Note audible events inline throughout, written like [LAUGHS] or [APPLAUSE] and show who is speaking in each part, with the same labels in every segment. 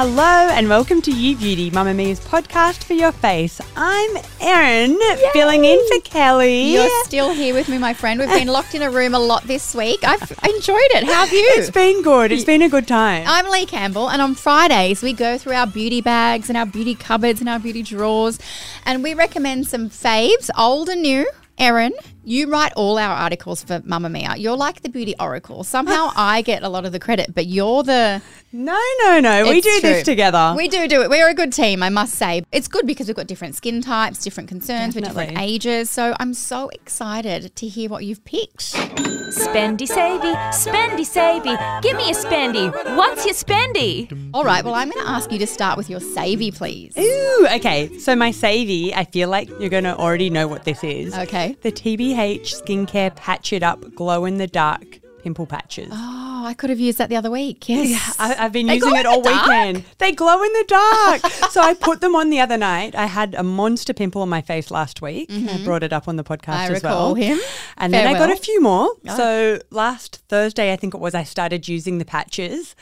Speaker 1: Hello and welcome to You Beauty, Mamma Mia's podcast for your face. I'm Erin, filling in for Kelly.
Speaker 2: You're still here with me, my friend. We've been locked in a room a lot this week. I've enjoyed it. How have
Speaker 1: It's
Speaker 2: you?
Speaker 1: been good. It's been a good time.
Speaker 2: I'm Lee Campbell, and on Fridays, we go through our beauty bags and our beauty cupboards and our beauty drawers, and we recommend some faves, old and new. Erin, you write all our articles for Mamma Mia. You're like the beauty oracle.
Speaker 1: [LAUGHS]
Speaker 2: Somehow I get a lot of the credit, but you're the
Speaker 1: no, no, no. we
Speaker 2: It's
Speaker 1: do this
Speaker 2: true.
Speaker 1: together.
Speaker 2: We do do it. We're a good team, I must say. It's good because we've got different skin types, different concerns, we're different
Speaker 1: Definitely.
Speaker 2: ages. So I'm so excited to hear what you've picked.
Speaker 3: Spendy savey, spendy savey, give me a spendy. What's your spendy?
Speaker 2: All right. Well, I'm going to ask you to start with your savey, please.
Speaker 1: Ooh, okay. So my savey, I feel like you're going to already know what this is.
Speaker 2: Okay.
Speaker 1: The TBH skincare patch it up glow in the dark pimple patches.
Speaker 2: Oh, I could have used that the other week. Yes.
Speaker 1: I, I've been
Speaker 2: They
Speaker 1: using
Speaker 2: glow
Speaker 1: it
Speaker 2: in the
Speaker 1: all
Speaker 2: dark?
Speaker 1: weekend. They glow in the dark. [LAUGHS] so I put them on the other night. I had a monster pimple on my face last week. I brought it up on the podcast
Speaker 2: Mm-hmm. I
Speaker 1: as
Speaker 2: recall
Speaker 1: well.
Speaker 2: him.
Speaker 1: And then I got
Speaker 2: Farewell.
Speaker 1: a few more. So last Thursday, I think it was, I started using the patches.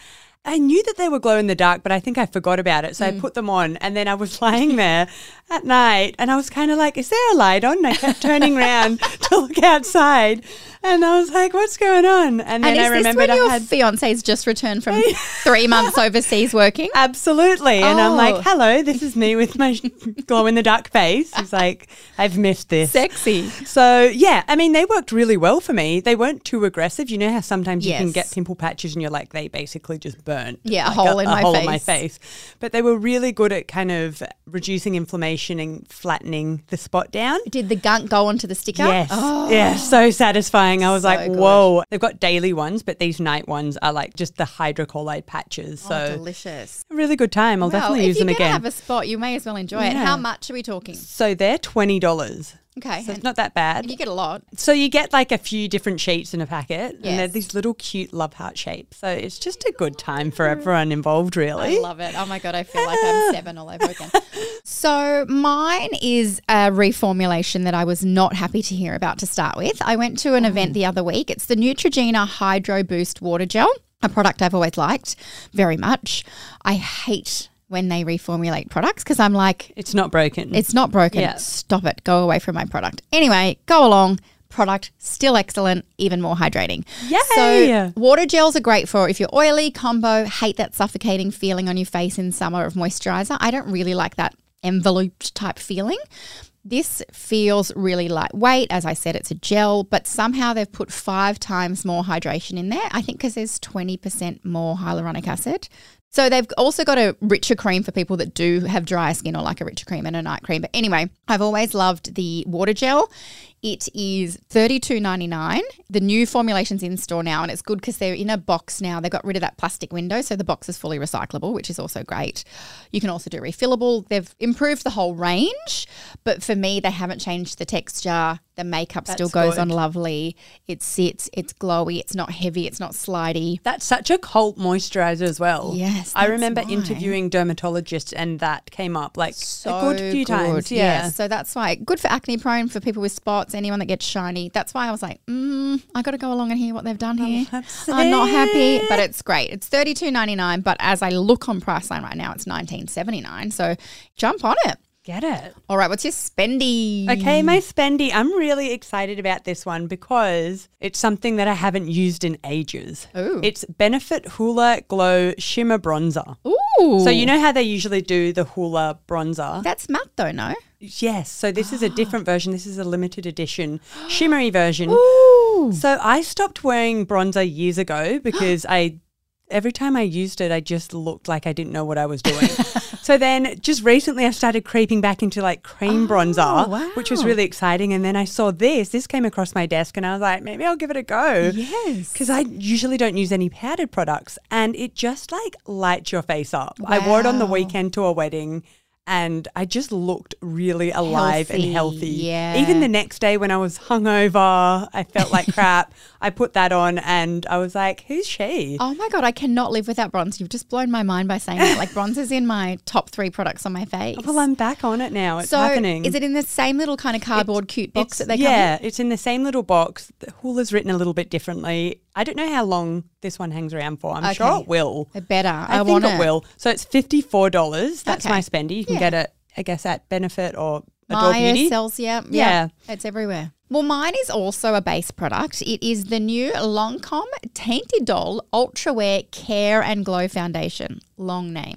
Speaker 1: I knew that they were glow in the dark, but I think I forgot about it.
Speaker 2: Mm.
Speaker 1: So I put them on and then I was [LAUGHS] lying there at night and I was kind of like, is there a light on? And I
Speaker 2: [LAUGHS]
Speaker 1: kept turning around to look outside and I was like, what's going on? And
Speaker 2: and
Speaker 1: then I
Speaker 2: is this
Speaker 1: remembered
Speaker 2: when your
Speaker 1: I had
Speaker 2: fiance's just returned
Speaker 1: [LAUGHS]
Speaker 2: from three months overseas working?
Speaker 1: Absolutely. And I'm
Speaker 2: Oh.
Speaker 1: like, hello, this is me with my [LAUGHS] glow in the dark face. He's like, I've missed this.
Speaker 2: Sexy.
Speaker 1: So, yeah, I mean, they worked really well for me. They weren't too aggressive. You know how sometimes you can
Speaker 2: Yes.
Speaker 1: get pimple patches and you're like, they basically just burnt.
Speaker 2: Yeah, a
Speaker 1: like,
Speaker 2: hole in my
Speaker 1: hole my
Speaker 2: face.
Speaker 1: face. But they were really good at kind of reducing inflammation and flattening the spot down.
Speaker 2: Did the gunk go onto the sticker?
Speaker 1: Yes.
Speaker 2: Oh,
Speaker 1: Yeah, so satisfying. I was
Speaker 2: So
Speaker 1: like,
Speaker 2: good.
Speaker 1: whoa. They've got daily ones, but these night ones are like just the hydrocolloid patches. So
Speaker 2: delicious.
Speaker 1: a really good time. I'll
Speaker 2: Oh, Well,
Speaker 1: definitely use
Speaker 2: if
Speaker 1: them
Speaker 2: you're going to
Speaker 1: again.
Speaker 2: have a spot, you may as well enjoy it.
Speaker 1: Yeah.
Speaker 2: How much are we talking?
Speaker 1: so they're twenty dollars.
Speaker 2: Okay.
Speaker 1: So
Speaker 2: and-
Speaker 1: it's not that bad.
Speaker 2: and you get a lot.
Speaker 1: so you get like a few different sheets in a packet, and they're
Speaker 2: Yes.
Speaker 1: these little cute love heart shapes. So it's just a good time for everyone involved, really.
Speaker 2: Mm. I love it. Oh my god, I feel like I'm seven all over again. So mine is a reformulation that I was not happy to hear about to start with. I went to an event the other week. It's the Neutrogena Hydro Boost Water Gel, a product I've always liked very much. I hate when they reformulate products because I'm like,
Speaker 1: it's not broken.
Speaker 2: it's not broken.
Speaker 1: Yeah.
Speaker 2: Stop it. Go away from my product. Anyway, go along. Product still excellent, even more hydrating.
Speaker 1: Yay.
Speaker 2: So water gels are great for if you're oily, combo, hate that suffocating feeling on your face in summer of moisturizer. I don't really like that enveloped type feeling. This feels really lightweight. As I said, it's a gel, but somehow they've put five times more hydration in there. I think because there's 20% more hyaluronic acid. So they've also got a richer cream for people that do have dry skin or like a richer cream and a night cream. But anyway, I've always loved the water gel. It is $32.99. The new formulation's in store now and it's good because they're in a box now. They got rid of that plastic window, so the box is fully recyclable, which is also great. You can also do refillable. They've improved the whole range, but for me, they haven't changed the texture. The makeup still goes on lovely. It sits, it's glowy, it's not heavy, it's not slidey.
Speaker 1: That's such a cult moisturizer as well.
Speaker 2: Yes,
Speaker 1: I
Speaker 2: that's
Speaker 1: remember
Speaker 2: why.
Speaker 1: interviewing dermatologists, and that came up like
Speaker 2: so
Speaker 1: a good few times. Yeah.
Speaker 2: Yes, So that's why good for acne prone for people with spots, anyone that gets shiny. That's why I was like, mm, I got to go along and hear what they've done here. I'm not happy, but it's great. It's thirty two ninety nine, but as I look on Priceline right now, it's nineteen seventy nine. So jump on it.
Speaker 1: Get it.
Speaker 2: All right, what's your spendy?
Speaker 1: Okay, my spendy. I'm really excited about this one because it's something that I haven't used in ages.
Speaker 2: Ooh.
Speaker 1: It's Benefit Hoola Glow Shimmer Bronzer.
Speaker 2: Ooh,
Speaker 1: So you know how they usually do the Hoola bronzer?
Speaker 2: that's matte though, no?
Speaker 1: yes. So this [GASPS] is a different version. This is a limited [GASPS] edition shimmery version.
Speaker 2: Ooh,
Speaker 1: So I stopped wearing bronzer years ago because I every time I used it, I just looked like I didn't know what I was doing. so then just recently, I started creeping back into like cream bronzer, which was
Speaker 4: wow.
Speaker 1: really exciting. And then I saw this. This came across my desk, and I was like, maybe I'll give it a go.
Speaker 4: Yes.
Speaker 1: Because I usually don't use any powdered products, and it just like lights your face up. I wore it on the
Speaker 2: Wow.
Speaker 1: weekend to a wedding. And I just looked really alive
Speaker 2: Healthy,
Speaker 1: and healthy.
Speaker 2: yeah.
Speaker 1: Even the next day when I was hungover, I
Speaker 2: [LAUGHS]
Speaker 1: felt like crap. I put that on and I was like, who's she?
Speaker 2: Oh my god, I cannot live without bronze. You've just blown my mind by saying that. Like bronze is in my top three products on my face.
Speaker 1: Well, I'm back on it now. It's
Speaker 2: Oh, so
Speaker 1: happening.
Speaker 2: is it in the same little kind of cardboard cute box that they come in?
Speaker 1: yeah, it's in the same little box. The Hula's written a little bit differently. I don't know how long this one hangs around for. I'm sure
Speaker 2: Okay.
Speaker 1: it will.
Speaker 2: It better. I,
Speaker 1: think
Speaker 2: want
Speaker 1: it will. So it's fifty four dollars. That's
Speaker 2: Okay.
Speaker 1: my spendy. You can get it, I guess, at Benefit or Adore
Speaker 2: Maya
Speaker 1: Beauty.
Speaker 2: sells, yeah,
Speaker 1: Yeah.
Speaker 2: yeah, it's everywhere. Well, mine is also a base product. It is the new Longcom Tainted Doll Ultra Wear Care and Glow Foundation. Long name.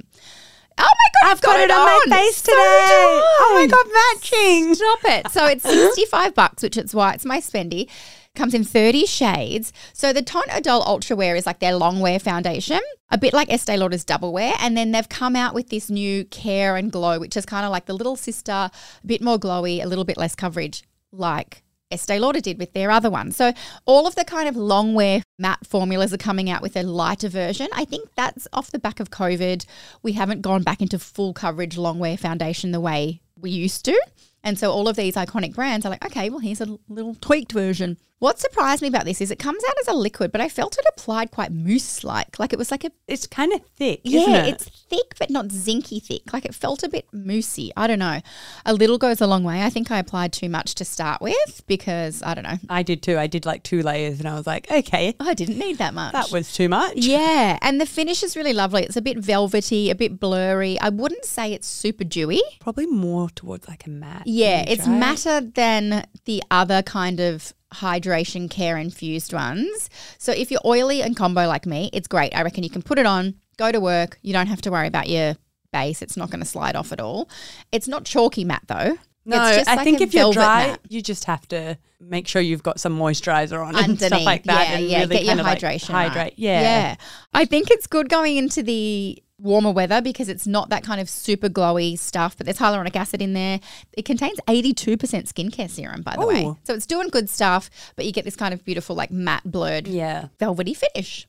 Speaker 2: Oh my god, I've, got, it, on,
Speaker 1: my face
Speaker 2: So
Speaker 1: today.
Speaker 2: do I.
Speaker 1: oh my god, matching.
Speaker 2: Stop it. So it's 65 bucks, which is why it's my spendy. Comes in 30 shades. So the Tonto Doll Ultra Wear is like their long wear foundation, a bit like Estee Lauder's Double Wear. And then they've come out with this new Care and Glow, which is kind of like the little sister, a bit more glowy, a little bit less coverage, like Estee Lauder did with their other one. So all of the kind of long wear matte formulas are coming out with a lighter version. I think that's off the back of COVID. We haven't gone back into full coverage long wear foundation the way we used to. And so all of these iconic brands are like, okay, well, here's a little tweaked version. What surprised me about this is it comes out as a liquid, but I felt it applied quite mousse like. Like it was like a
Speaker 1: It's kind of thick, isn't
Speaker 2: yeah,
Speaker 1: it?
Speaker 2: it's thick but not zinky thick. Like it felt a bit moosey. I don't know. A little goes a long way. I think I applied too much to start with because I don't know.
Speaker 1: I did too. I did like two layers, and I was like, okay,
Speaker 2: I didn't need that much.
Speaker 1: that was too
Speaker 2: [LAUGHS]
Speaker 1: much.
Speaker 2: yeah, and the finish is really lovely. It's a bit velvety, a bit blurry. I wouldn't say it's super dewy.
Speaker 1: Probably more towards like a matte.
Speaker 2: Yeah,
Speaker 1: image,
Speaker 2: it's
Speaker 1: right?
Speaker 2: matter than the other kind of hydration care infused ones. So if you're oily and combo like me, it's great. I reckon you can put it on, go to work. You don't have to worry about your base. It's not going to slide off at all. It's not chalky matte though.
Speaker 1: No,
Speaker 2: it's just
Speaker 1: I
Speaker 2: like
Speaker 1: think
Speaker 2: a
Speaker 1: if you're
Speaker 2: velvet
Speaker 1: dry,
Speaker 2: matte
Speaker 1: you just have to make sure you've got some moisturizer on and stuff
Speaker 2: underneath.
Speaker 1: like that.
Speaker 2: Yeah,
Speaker 1: and
Speaker 2: yeah.
Speaker 1: really
Speaker 2: Get your
Speaker 1: kinda, like,
Speaker 2: hydration. right.
Speaker 1: hydrate. Yeah.
Speaker 2: Yeah. I think it's good going into the warmer weather because it's not that kind of super glowy stuff, but there's hyaluronic acid in there. It contains 82% skincare serum, by the way.
Speaker 1: Ooh.
Speaker 2: So it's doing good stuff, but you get this kind of beautiful, like matte blurred
Speaker 1: Yeah.
Speaker 2: velvety finish.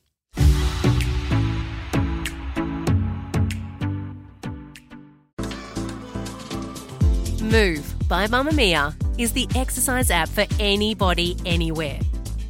Speaker 5: Move by Mamma Mia is the exercise app for anybody, anywhere.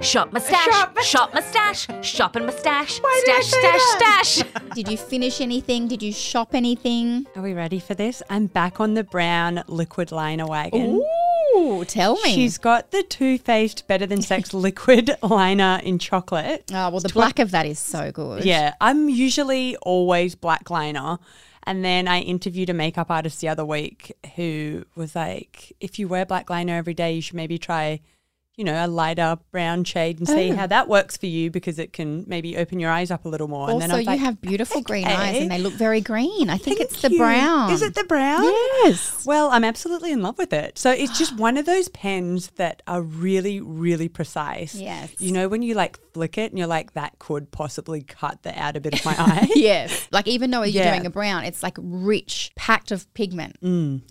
Speaker 3: Shop mustache. Shop, mustache. Shop and mustache. stash, stash, stash.
Speaker 2: Did you finish anything? Did you shop anything?
Speaker 1: Are we ready for this? I'm back on the brown liquid liner wagon.
Speaker 2: Ooh, tell me.
Speaker 1: She's got the Too Faced Better
Speaker 2: [LAUGHS]
Speaker 1: Than Sex liquid liner in chocolate.
Speaker 2: oh, well, the black of that is so good.
Speaker 1: Yeah, I'm usually always black liner. And then I interviewed a makeup artist the other week who was like, if you wear black liner every day, you should maybe try, you know, a lighter brown shade and
Speaker 2: Oh.
Speaker 1: see how that works for you because it can maybe open your eyes up a little more. Oh, and then I
Speaker 2: Also,
Speaker 1: was
Speaker 2: you
Speaker 1: like,
Speaker 2: have beautiful green eyes
Speaker 1: okay.
Speaker 2: and they look very green. I think it's the
Speaker 1: Thank you.
Speaker 2: brown.
Speaker 1: Is it the brown?
Speaker 2: Yes.
Speaker 1: Well, I'm absolutely in love with it. So it's
Speaker 2: [GASPS]
Speaker 1: just one of those pens that are really, really precise.
Speaker 2: Yes.
Speaker 1: You know, when you like flick it and you're like, that could possibly cut the outer bit
Speaker 2: [LAUGHS]
Speaker 1: of my eye.
Speaker 2: Yes. Like even though you're
Speaker 1: Yeah. Mm.
Speaker 2: doing a brown, it's like rich, packed of pigment.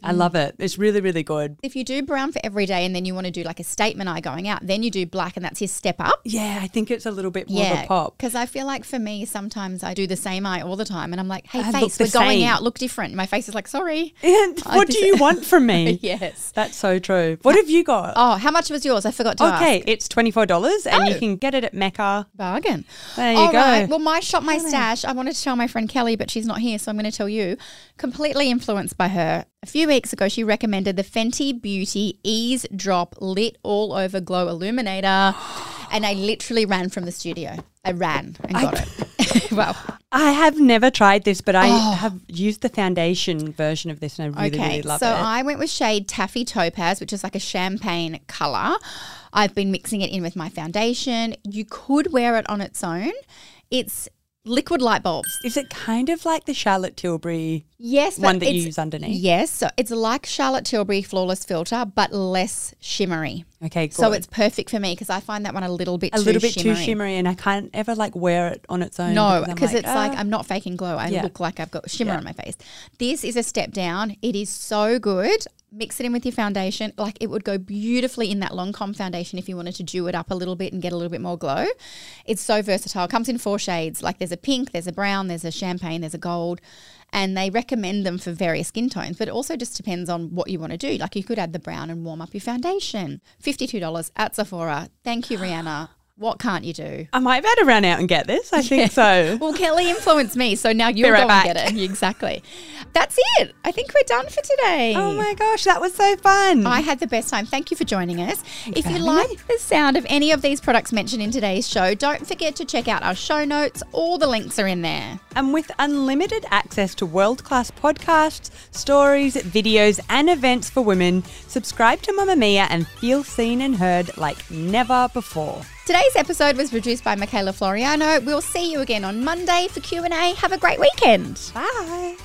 Speaker 1: I love it. It's really, really good.
Speaker 2: If you do brown for every day and then you want to do like a statement eye going out, then you do black and that's your step up.
Speaker 1: Yeah, I think it's a little bit more of a pop.
Speaker 2: Because I feel like for me, sometimes I do the same eye all the time and I'm like, hey,
Speaker 1: I look
Speaker 2: face,
Speaker 1: the
Speaker 2: we're going
Speaker 1: same.
Speaker 2: out, look different. My face is like,
Speaker 1: [LAUGHS]
Speaker 2: sorry.
Speaker 1: [LAUGHS] And
Speaker 2: I
Speaker 1: what do
Speaker 2: just-
Speaker 1: you want from
Speaker 2: [LAUGHS]
Speaker 1: me?
Speaker 2: Yes.
Speaker 1: That's so true. What have you got?
Speaker 2: Oh, how much was yours? I forgot to ask. Oh.
Speaker 1: okay, it's $24 and you can get it at Mecca.
Speaker 2: Bargain.
Speaker 1: There you
Speaker 2: All
Speaker 1: go.
Speaker 2: right. Well, my shop, my stash. I wanted to tell my friend Kelly, but she's not here, so I'm going to tell you. Completely influenced by her. A few weeks ago, she recommended the Fenty Beauty Ease Drop Lit All Over Glow Illuminator. And I literally ran from the studio. I ran and got [LAUGHS] it.
Speaker 1: [LAUGHS]
Speaker 2: wow.
Speaker 1: I have never tried this, but I have used the foundation version of this and I really,
Speaker 2: Oh. okay.
Speaker 1: really love
Speaker 2: so
Speaker 1: it.
Speaker 2: I went with shade Taffy Topaz, which is like a champagne color. I've been mixing it in with my foundation. You could wear it on its own. It's liquid light bulbs.
Speaker 1: Is it kind of like the Charlotte Tilbury?
Speaker 2: Yes, but
Speaker 1: one that you
Speaker 2: it's-
Speaker 1: use underneath?
Speaker 2: Yes, so it's like Charlotte Tilbury Flawless Filter, but less shimmery.
Speaker 1: Okay, good.
Speaker 2: So it's perfect for me because I find that one a little bit
Speaker 1: a
Speaker 2: too
Speaker 1: little bit
Speaker 2: shimmery.
Speaker 1: too shimmery, and I can't ever like wear it on its own.
Speaker 2: No,
Speaker 1: I'm
Speaker 2: because it's like
Speaker 1: "Ah."
Speaker 2: I'm not faking glow. I
Speaker 1: Yeah.
Speaker 2: look like I've got shimmer
Speaker 1: Yeah.
Speaker 2: on my face. This is a step down. It is so good. Mix it in with your foundation. Like it would go beautifully in that Lancome foundation if you wanted to dew it up a little bit and get a little bit more glow. It's so versatile. Comes in four shades. Like there's a pink, there's a brown, there's a champagne, there's a gold. And they recommend them for various skin tones, but it also just depends on what you want to do. Like you could add the brown and warm up your foundation. $52 at Sephora. Thank you, Rihanna. What can't you do?
Speaker 1: I might better run out and get this. I
Speaker 2: [LAUGHS]
Speaker 1: think so.
Speaker 2: Well, Kelly influenced me, so now you're
Speaker 1: right
Speaker 2: going
Speaker 1: back.
Speaker 2: to get it. Exactly. That's it. I think we're done for today.
Speaker 1: Oh my gosh, that was so fun.
Speaker 2: I had the best time. Thank you for joining us. If you like the sound of any of these products mentioned in today's show, don't forget to check out our show notes. All the links are in there.
Speaker 1: and with unlimited access to world class podcasts, stories, videos, and events for women, subscribe to Mamma Mia and feel seen and heard like never before.
Speaker 2: Today's episode was produced by Michaela Floriano. We'll see you again on Monday for Q&A. Have a great weekend.
Speaker 1: Bye.